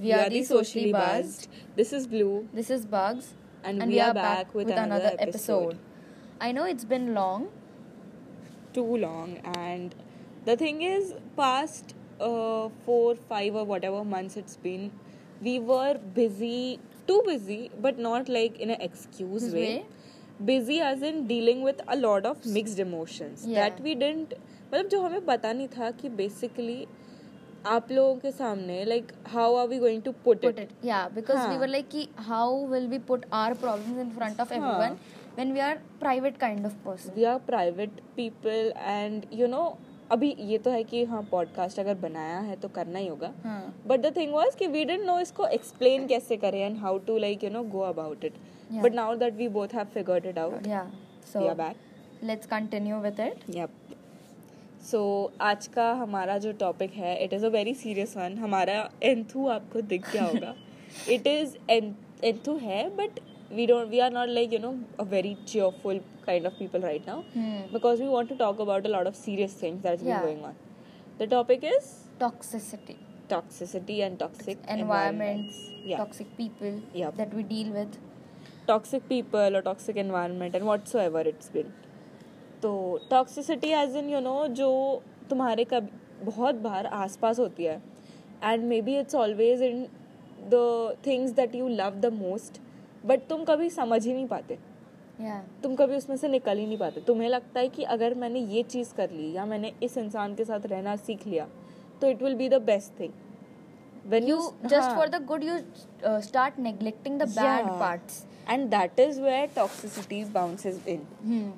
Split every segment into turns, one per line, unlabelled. We are the Socially Buzzed.
This is Blue.
This is Bugs,
And we are back with another episode.
I know it's been long.
Too long. And the thing is, past uh, four, five, or whatever months it's been, we were busy, too busy, but not like in an excuse
This
way.
way?
Busy as in dealing with a lot of mixed emotions
Yeah.
that we didn't. मतलब जो हमें पता नहीं था कि basically आप लोगों के सामने like how are we going to put
Put
it
it, yeah, because we
Huh.
were like, "Ki, how will we put our problems in front of everyone when we are private kind of person?
We are private people and you know अभी ये तो है कि हाँ podcast अगर बनाया है तो करना ही होगा
हाँ.
बट द थिंग वाज कि वी डेंट नो इसको एक्सप्लेन कैसे करें and how to like you know go about it
Yeah.
But now that we both have figured it out
Yeah. So
we are back
let's continue with it.
Yup so आज का हमारा जो topic है it is a very serious one हमारा enthu आपको दिख गया होगा इट इज़ एंथू है but we don't we are not like you know a very cheerful kind of people right now
Hmm.
because we want to talk about a lot of serious things that's
Yeah.
been going on. The topic is
Toxicity,
toxicity and toxic
environments,
Yeah.
toxic people
Yup.
that we deal with.
toxic people or toxic environment and whatsoever it's been. तो toxicity as in you know जो तुम्हारे कब बहुत बार आसपास होती है and maybe it's always in the things that you love the most but तुम कभी समझ ही नहीं पाते
Yeah.
तुम कभी उसमें से निकल ही नहीं पाते तुम्हें लगता है कि अगर मैंने ये चीज़ कर ली या मैंने इस इंसान के साथ रहना सीख लिया तो it will be the best thing when
You just
हाँ।
for the good, you uh, start neglecting the bad parts.
And that is where toxicity bounces in
Hmm.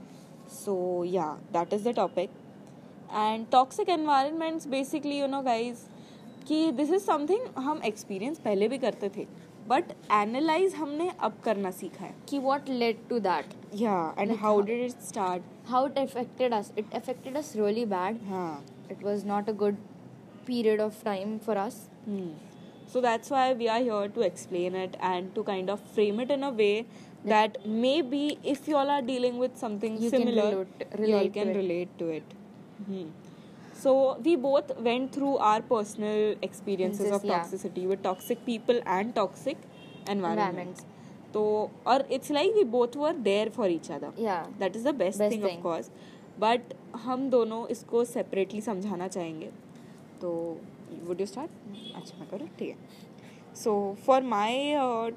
So yeah, that is the topic. And toxic environments basically, you know, guys, कि this is something हम experience पहले भी करते थे, but analyze हमने अब करना सीखा है.
Ki what led to that?
Yeah, and
Like
how
how-
did it start?
how it affected us it affected us really bad
हाँ.
it was not a good period of time for us
Hmm. So that's why we are here to explain it and to kind of frame it in a way that maybe if you all are dealing with something
You can
similar,
relate-
you all
relate
can
to it.
relate to it. Hmm. So we both went through our personal experiences of
Experiences, yeah.
toxicity with toxic people and toxic environments.
Environments.
So or it's like we both were there for each other.
yeah
that is the best
Best
thing of
thing.
Course but हम दोनों इसको separately समझाना चाहेंगे तो would you start अच्छा मैं करूँ ठीक है so for my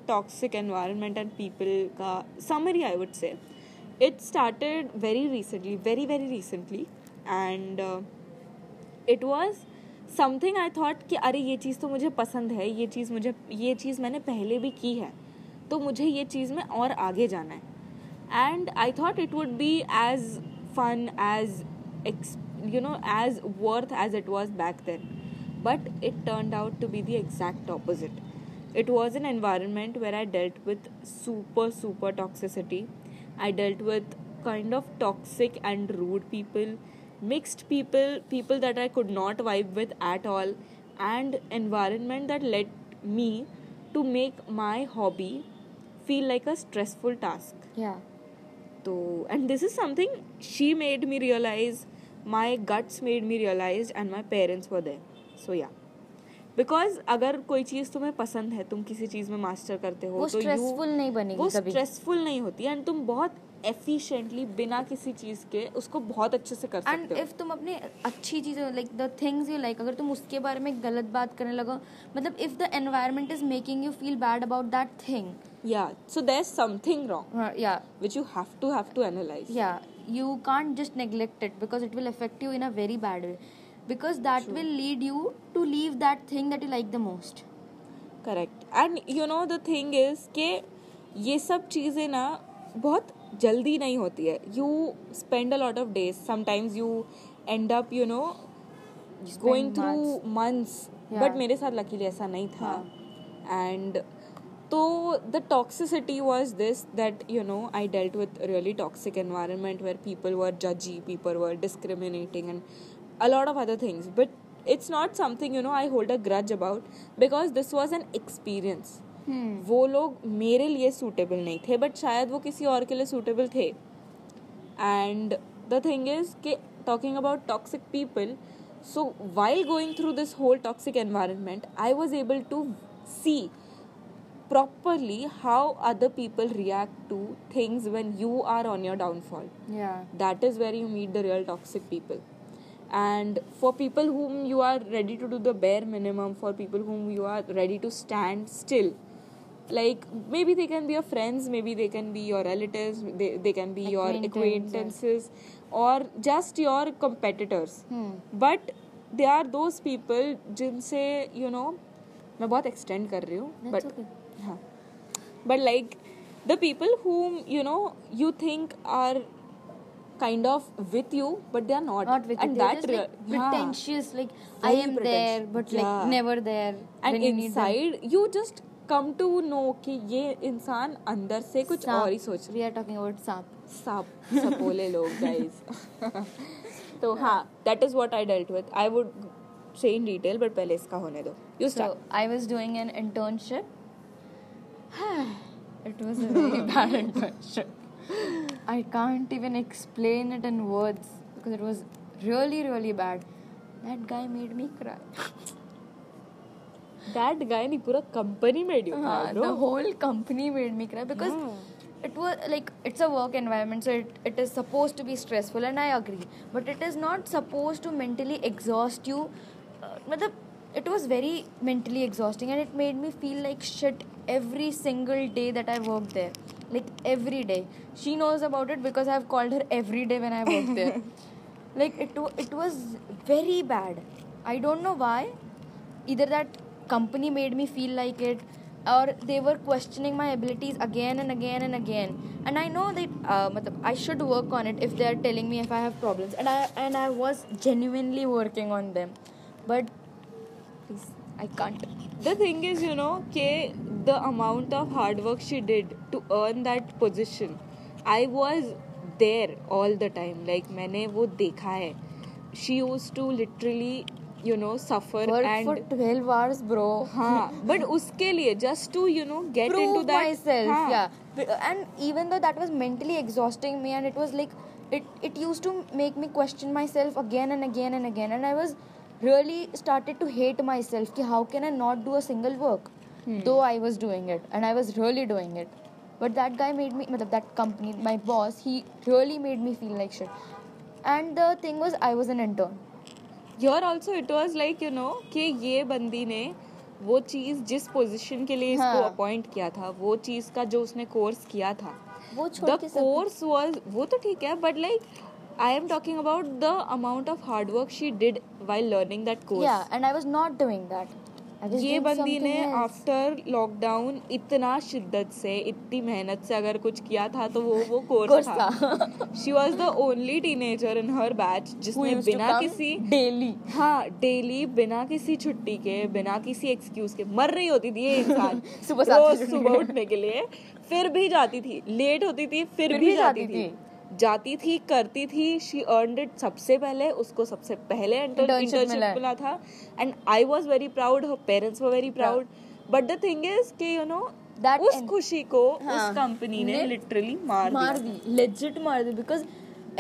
toxic environment and people का summary I would say it started very recently very very recently and uh, it was something I thought कि अरे ये चीज़ तो मुझे पसंद है ये चीज़ मुझे ये चीज़ मैंने पहले भी की है तो मुझे ये चीज़ में और आगे जाना है and I thought it would be as fun as you know as worth as it was back then but it turn out to be the exact opposite it was an environment where i dealt with super super toxicity i dealt with kind of toxic and rude people mixed people people that i could not vibe with at all and environment that led me to make my hobby feel like a stressful task
yeah
so तो, and this is something she made me realize my guts made me realize and my parents were there so yeah because अगर कोई चीज़ तुम्हें पसंद है तुम किसी चीज़ में master करते हो
वो
तो you-
stressful नहीं बनेगी
वो
कभी।
स्ट्रेसफुल नहीं होती एंड तुम बहुत एफिशिएंटली बिना किसी चीज़ के उसको बहुत अच्छे से कर
एंड
सकते हो
इफ तुम अपने अच्छी चीज़ों like the things you like अगर तुम उसके बारे में गलत बात करने लगो मतलब if the environment is making you feel bad about that thing
या so there is something wrong
या
which you have to have to analyse
yeah you can't just neglect it because it will affect you in a very bad way because that will lead you to leave that thing that you like the most
correct and you know the thing is के ये सब चीज़ें ना बहुत जल्दी नहीं होती है you spend a lot of days sometimes you end up you know going through months
Yeah.
But मेरे साथ लकीली ऐसा नहीं था एंड तो the toxicity was this that you know I dealt with really toxic environment where people were जजी people were discriminating and a lot of other things but it's not something you know I hold a grudge about because this was an experience वो लोग मेरे लिए suitable नहीं थे but शायद वो किसी और के लिए सूटेबल थे and the thing is कि talking about toxic people so while going through this whole toxic environment i was able to see properly how other people react to things when you are on your downfall
yeah
that is where you meet the real toxic people and for people whom you are ready to do the bare minimum for people whom you are ready to stand still like maybe they can be your friends maybe they can be your relatives they, they can be your
Acquaintance,
acquaintances or just your competitors
Hmm.
But they are those people जिनसे you know मैं बहुत extend कर रही हूँ
That's
बट
okay.
हाँ but like the people whom you know you think are kind of with you but they are not
not with you.
And
They're
that
just like
हाँ।
pretentious. Like I
Very
am there,
pretentious.
but
Yeah.
like never there.
And
when you need them.
Inside you just come to know कि ये इंसान अंदर से कुछ
सांप.
और ही सोच रही
We are talking about सांप.
साप सपोले लोग गाइस तो हाँ that is what I dealt with I would say in detail but पहले इसका होने दो you
So
start
I was doing an internship. it was a very bad internship. I can't even explain it in words because it was really really bad. That guy made me cry.
That guy नहीं पूरा company में due
Uh, the whole company made me cry because it was like it's a work environment so it, it is supposed to be stressful and i agree but it is not supposed to mentally exhaust you uh, matlab, it was very mentally exhausting and it made me feel like shit every single day that i worked there like every day she knows about it because i've called her every day when i worked there like it, wa- it was very bad i don't know why either that company made me feel like it or they were questioning my abilities again and again and again and i know that uh, matlab, i should work on it if they are telling me if i have problems and i and i was genuinely working on them but please i can't
the thing is you know के the amount of hard work she did to earn that position I was there all the time like मैंने वो देखा है she used to literally you know suffer
work for
and
12 hours bro
हाँ but उसके लिए just to you know get in to
prove
that
myself yeah B- and even though that was mentally exhausting me and it was like it, it used to make me question myself again and again and again and i was really started to hate myself ki how can i not do a single work
Hmm.
though i was doing it and i was really doing it but that guy made me matlab, that company my boss he really made me feel like shit and the thing was i was an intern
here also it was like you know कि ये बंदी ने वो चीज जिस position के लिए इसको
हाँ।
अपॉइंट किया था वो चीज का जो उसने कोर्स किया था
वो छोड़
द
के सब-
कोर्स वाज वो तो ठीक है but like I am talking about the amount of hard work she did while learning that
yeah
course
and i was not doing that I was
ये
doing
बंदी
something
ने
else.
आफ्टर लॉकडाउन इतना शिद्दत से इतनी मेहनत से अगर कुछ किया था तो वो वो कोर्स
Course
था
था।
She was the only teenager in her batch जिसने बिना किसी
डेली
हाँ डेली बिना किसी छुट्टी के बिना किसी एक्सक्यूज के मर रही होती थी ये इंसान
सुबह सात बजे
रोज
उठने
सुबह
के लिए।
उठने के लिए फिर भी जाती थी लेट होती थी फिर भी जाती थी जाती थी करती थी शी अर्न इट सबसे पहले उसको सबसे पहले
Internship मिला
इंटर्नशिप
है।
मिला था and I was very proud her parents were very proud but the thing is कि यू नो
That
उस
en-
खुशी को
हाँ।
उस कंपनी ने
ने
लिटरली मार
मार
दिया
दी लेजिट मार दी because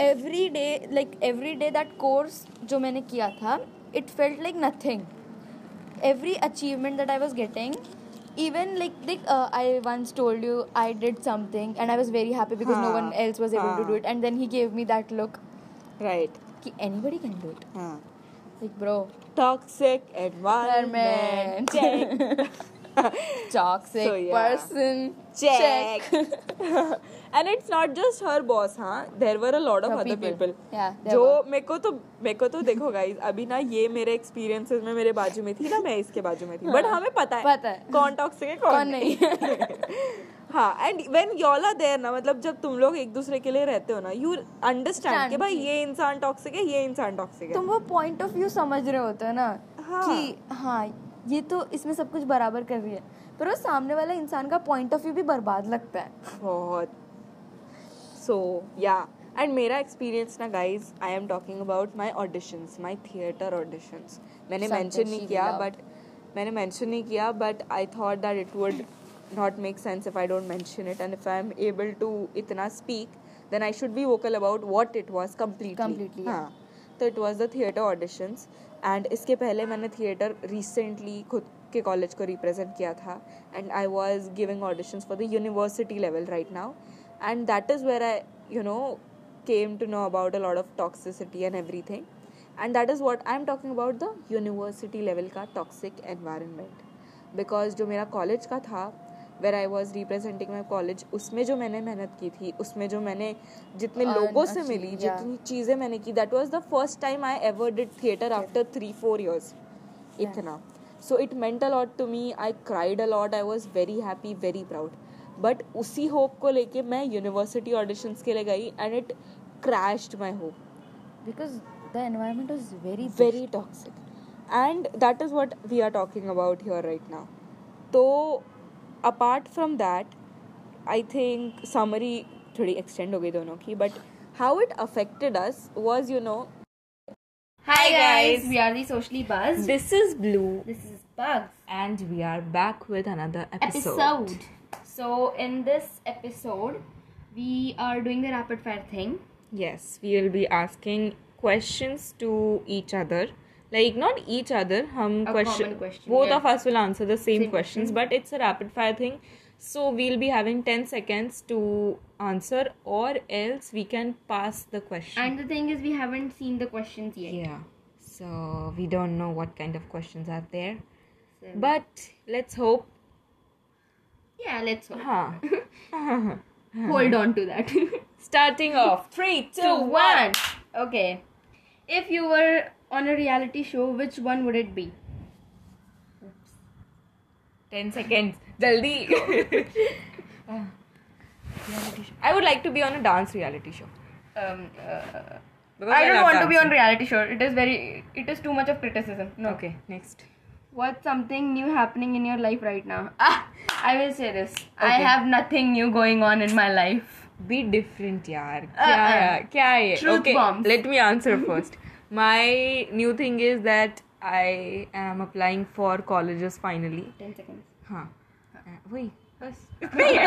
every day like every day that course जो मैंने किया था it felt like nothing every achievement that I was getting even like दिक I once told you I did something and I was very happy because no one
हाँ,
else was able to
हाँ।
Do it and then he gave me that look
right
कि anybody can do it
हाँ
like bro
toxic environment
toxic
So, yeah.
Person
check. and it's not just her boss, huh? There were a lot of
The
other
people.
people.
Yeah, there
जो
were.
मेरे को तो मेरे को तो देखो guys अभी ना ये मेरे एक्सपीरियंसेस में मेरे बाजू में थी ना मैं इसके बाजू में थी बट हमें पता है
हाँ, पता है।
कौन टॉक्सिक है कौन,
कौन
हाँ and when y'all are there ना मतलब जब तुम लोग एक दूसरे के लिए रहते हो ना यू अंडरस्टैंड कि भाई ये इंसान टॉक्सिक है ये इंसान टॉक्सिक है
तुम वो पॉइंट ऑफ व्यू समझ रहे होते हो ना
हाँ।
कि हाँ ये तो इसमें सब कुछ बराबर कर रही है पर वो सामने वाला इंसान का पॉइंट ऑफ व्यू भी बर्बाद लगता है
बहुत सो या एंड मेरा एक्सपीरियंस ना guys I am talking about my auditions my theatre auditions मैंने
Something
मेंशन
she
नहीं
will
किया
love.
बट मैंने मेंशन नहीं किया but I thought that it would not make sense if I don't mention it and if I am able to इतना speak then I should be vocal about what it was completely
Completely, yeah.
हाँ तो it was the theatre auditions and इसके पहले मैंने theatre recently खुद के college को represent किया था and I was giving auditions for the university level right now and that is where I you know came to know about a lot of toxicity and everything and that is what I am talking about the university level का toxic environment because जो मेरा college का था where I was representing my college उसमें जो मैंने मेहनत की थी उसमें जो मैंने जितने
Earn
लोगों से
actually,
मिली
yeah.
जितनी चीज़ें मैंने की that was the first time I ever did theatre after three four years
Yeah.
इतना so it meant a lot to me I cried a lot I was very happy very proud but उसी hope को लेके मैं university auditions के लिए गई and it crashed my hope
because the environment was very
very toxic and that is what we are talking about here right now so apart from that i think summary थोड़ी extend हो गई दोनों की but how it affected us was you know
Hi guys, we are the socially buzzed.
this is blue
This is Bugs
and we are back with another episode,
episode. So in this episode, we are doing the rapid fire thing.
yes we will be asking questions to each other like not each other hum
A
question,
common question,
both
yeah.
of us will answer the same,
Same
questions but it's a rapid fire thing so we'll be having 10 seconds to answer or else we can pass the question
And the thing is, we haven't seen the questions yet.
yeah so we don't know what kind of questions are there
So,
but let's hope
yeah, let's hope.
huh.
hold on to that.
starting off three two
So
one
one. Okay, if you were on a reality show, which one would it be?
10 seconds jaldi i would like to be on a dance reality show
Um, uh,
because
I don't
love
want to be on
dancing.
reality show. It is very, it is too much of criticism. No.
okay next
What's something new happening in your life right now? Ah, I will say this. I have nothing new going on in my life.
be different yaar kya
Uh-uh.
uh, kya hai
Truth
okay
bombs.
let me answer first my new thing is that i am applying for colleges finally
10 seconds.
हाँ वही बस इतना ही है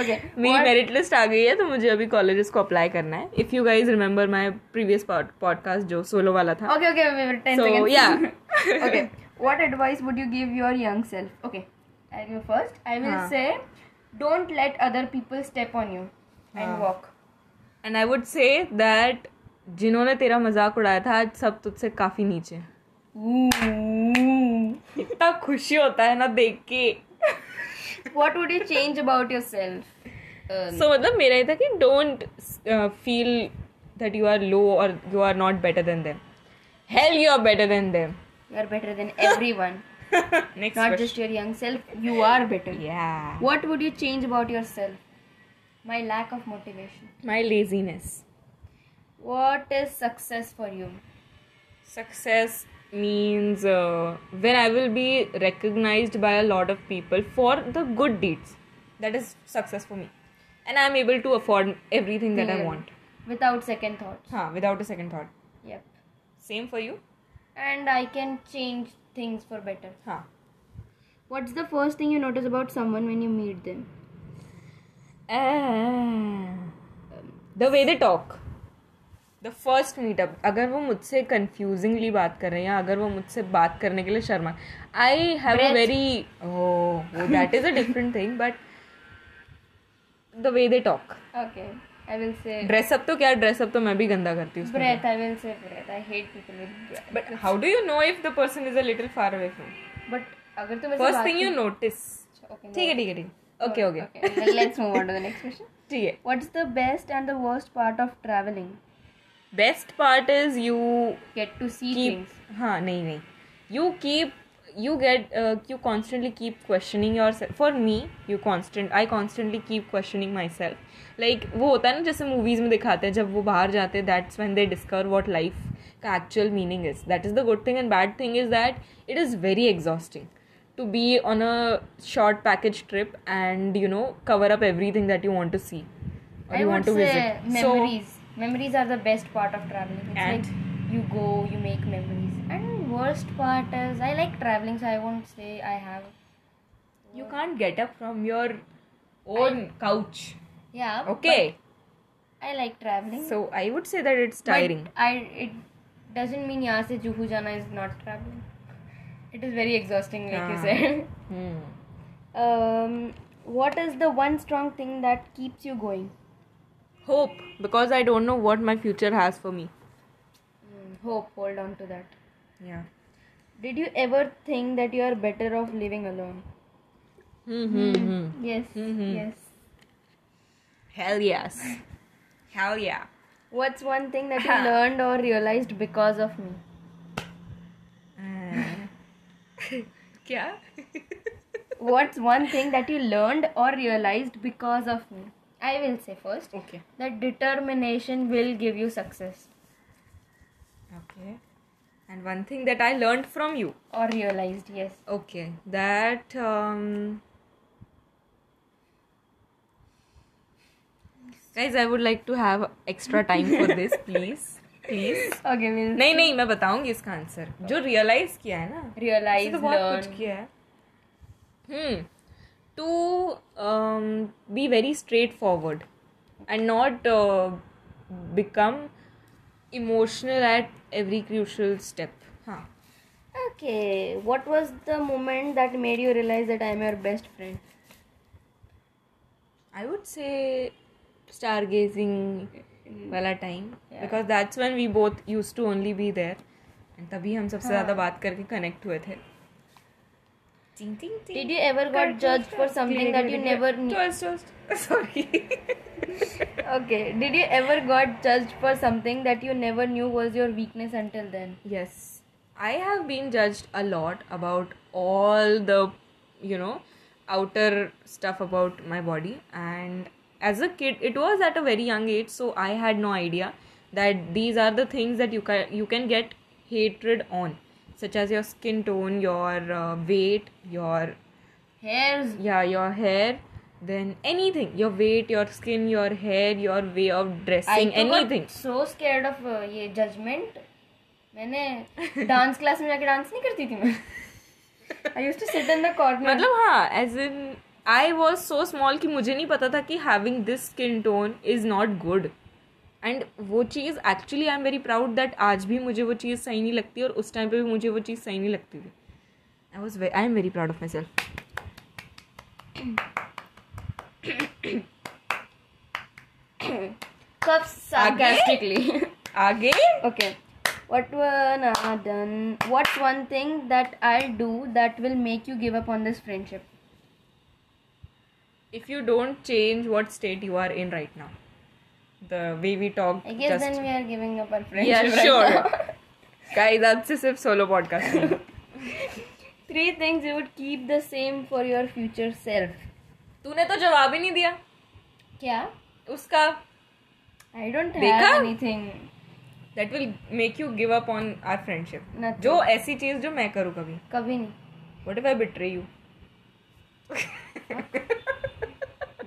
Okay.
मेरी merit list आ गई है तो मुझे अभी कॉलेजेस को अप्लाई करना है if you guys remember my previous podcast जो सोलो वाला था
Okay, okay, wait, wait, 10
So,
seconds.
yeah.
okay. What advice would you give your young self? Okay. I'll go first. I will
Huh.
say, don't let other people step on you and walk.
And I would say that जिन्होंने तेरा मजाक उड़ाया था आज सब तुझसे काफी नीचे हैं।
Ooh.
इतना खुशी होता है ना देख के
what would you change about yourself? Um,
सो मतलब मेरा ये था कि uh, don't feel that you are low और you are not better than them hell you are better than them
you're better than everyone.
Next
Not just your young self. You are better.
या
What would you change about yourself? My lack of motivation.
My laziness
What is success for you?
success means uh, when i will be recognized by a lot of people for the good deeds that is success for me and i am able to afford everything that i
Yeah.
want
Without second thoughts.
huh, without a second thought
Yep.
same for you
And I can change things for better.
huh.
What's the first thing you notice about someone when you meet them?
the way they talk the first meetup अगर वो मुझसे कंफ्यूजिंगली बात कर रहे हैं या अगर वो मुझसे बात करने के लिए Sharma I have a
Breath.
Very oh, that is a different thing but the way they talk
Okay. I will say
dress up तो क्या ड्रेसअप तो मैं भी गंदा करती हूँ
breath. I will say breath. I hate people with breath.
But how do you know if the person is a little far away from
But अगर तुम ऐसे
फर्स्ट
बात-
thing you notice
Okay. no.
ठीक है ठीक है ठीक है okay okay
Okay. well, let's move on to the next question.
ठीक है
What's the best and the worst part of traveling?
Best part is you
Get to see
keep
things.
हाँ नहीं नहीं you keep you get you constantly keep questioning your for me you constant I constantly keep questioning my self like वो होता है ना जैसे movies में दिखाते हैं जब वो बाहर जाते हैं that's when they discover what life का actual meaning is that is the good thing and bad thing is that it is very exhausting to be on a short package trip and you know cover up everything that you want to see or
I
you
would
want to
say
visit
memories. memories are the best part of traveling. It's
And?
like you go, you make memories. And worst part is I like traveling, so I won't say I have.
so you can't get up from your own couch
Yeah.
okay
but I like traveling.
so i would say that it's
but
tiring
I it doesn't mean यहाँ से जुहू जाना is not traveling. It is very exhausting, like you said.
Hmm.
Um, what is the one strong thing that keeps you going?
Hope, because I don't know what my future has for me.
Mm, hope. Hold on to that.
Yeah.
Did you ever think that you are better off living alone? Hmm.
Mm-hmm.
Yes. Yes.
Hell yes. Hell yeah.
What's one thing that you learned or realized because of me?
Hmm. Yeah.
What's one thing that you learned or realized because of me? I will say first
Okay.
that determination will give you success
Okay. And one thing that I learned from you.
or realized, yes.
Okay. That um Guys, I would like to have extra time for this, please. Please.
Okay, we'll
नहीं नहीं मैं बताऊंगी इसका answer जो realise किया है ना
realize,
ऐसे तो बहुत
learn.
कुछ किया है hmm to be very straight forward and not become emotional at every crucial step हाँ
Okay, what was the moment that made you realize that I am your best friend?
I would say stargazing वाला time because that's when we both use to only be there and तभी हम सबसे ज्यादा बात करके connect हुए थे टिंग टिंग टिंग
Did you ever got judged for something that you never knew?
Sorry
Okay, did you ever got judged for something that you never knew was your weakness until then?
yes i have been judged a lot about all the you know outer stuff about my body and as a kid it was at a very young age so i had no idea that these are the things that you can you can get hatred on such as your skin tone your uh, weight your
Hairs.
yeah your hair then anything your weight your skin your hair your way of dressing
I तो
anything
got so scared of uh, ये judgment. मैंने dance class में जाके dance नहीं करती थी मैं. I used to sit in the corner.
मतलब हाँ as in I was so small कि मुझे नहीं पता था कि having this skin tone is not good and वो चीज़ actually I am very proud that आज भी मुझे वो चीज़ सही नहीं लगती और उस टाइम पे भी मुझे वो चीज़ सही नहीं लगती थी I was I am very proud of my self
Cuffs sarcastically.
आगे
okay. What one uh, done? What's one thing that I'll do that will make you give up on this friendship?
If you don't change what state you are in right now the way we talk
I guess then we are giving up our friendship.
yeah
right
sure
now.
guys आपसे सिर्फ solo podcast
Three things you would keep the same for your future self.
तूने तो जवाब ही नहीं दिया
क्या?
उसका
I don't have
देखा?
anything.
That will make you give up on our friendship
Nothing.
जो ऐसी चीज जो मैं करूँ कभी
कभी नहीं.
What if I betray you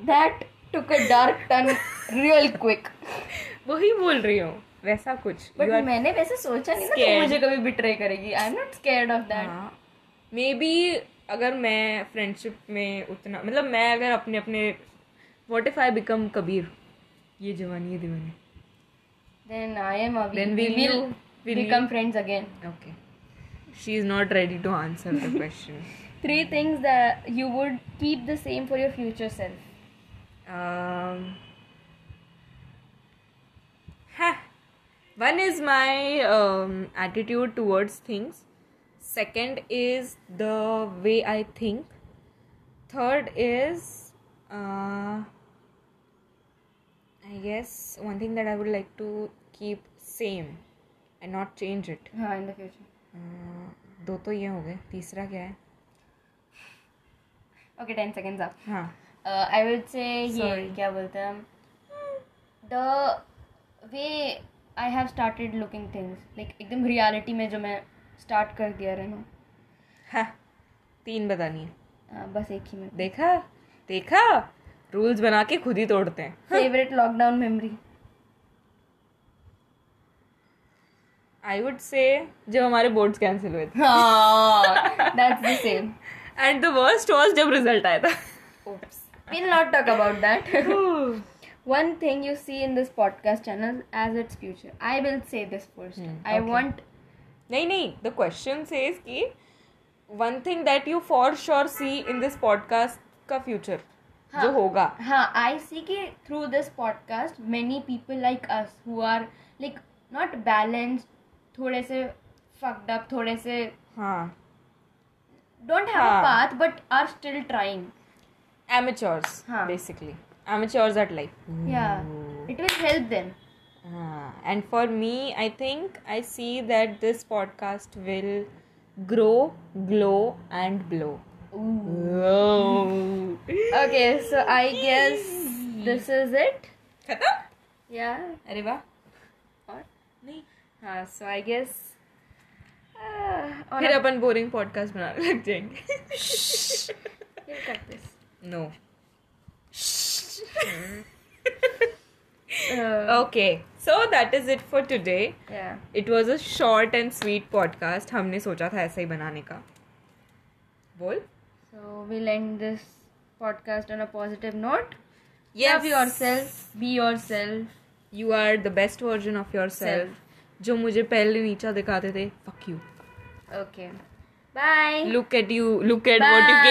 That took a dark turn real quick.
वही बोल रही हूँ वैसा कुछ
But मैंने वैसे सोचा नहीं था कि
scared.
मुझे कभी बिट्रे करेगी. I'm not scared of that.
हाँ। मे बी अगर मैं फ्रेंडशिप में उतना मतलब मैं अगर अपने अपने what if I become Kabir ये जवानी ये Deewani
Then I am Avi.
Then
we
will
will
you- will
become friends again.
Okay she is not ready to answer the question
Three things that you would keep the same for your future self.
Um, huh. One is my um, attitude towards things. Second is the way I think. Third is, uh, I guess, one thing that I would like to keep same and not change it.
हाँ in the future.
Uh, दो तो ये हो गए तीसरा क्या है
Okay, ten seconds up.
हाँ
Uh, I would say ये क्या बोलते हैं हम? The way I have started looking things like एकदम reality में जो मैं start कर दिया रहा हूँ.
हाँ तीन बतानी है
हाँ, uh, बस एक ही में
देखा देखा रूल्स बना के खुद ही तोड़ते हैं
favourite lockdown memory
I would say जब हमारे बोर्ड्स कैंसिल हुए थे
that's the same
and the worst was जब रिजल्ट आया था
will not talk about that one thing you see in this podcast channel as its future i will say this first i want
नहीं नहीं the question says कि one thing that you for sure see in this podcast का future जो होगा
हाँ I see के through this podcast many people like us who are like not balance थोड़े से फक्ड अप थोड़े से
हाँ
don't have a path but are still trying
amateurs
हाँ.
basically amateurs at life
yeah it will help them
Ah, and for me i think i see that this podcast will grow glow and blow Wow.
okay so i guess this is it
खत्म
yeah
अरे वाह
और
नहीं
हाँ so i guess uh, और
फिर अपन boring podcast बनाने लग जाएंगे
we'll cut this
no
uh,
okay so that is it for today
yeah
it was a short and sweet podcast हमने सोचा था ऐसा ही बनाने का बोल
so we'll end this podcast on a positive note
Yes.
love yourself be yourself
you are the best version of your self जो मुझे पहले नीचा दिखाते थे fuck you
okay bye
look at you look at what you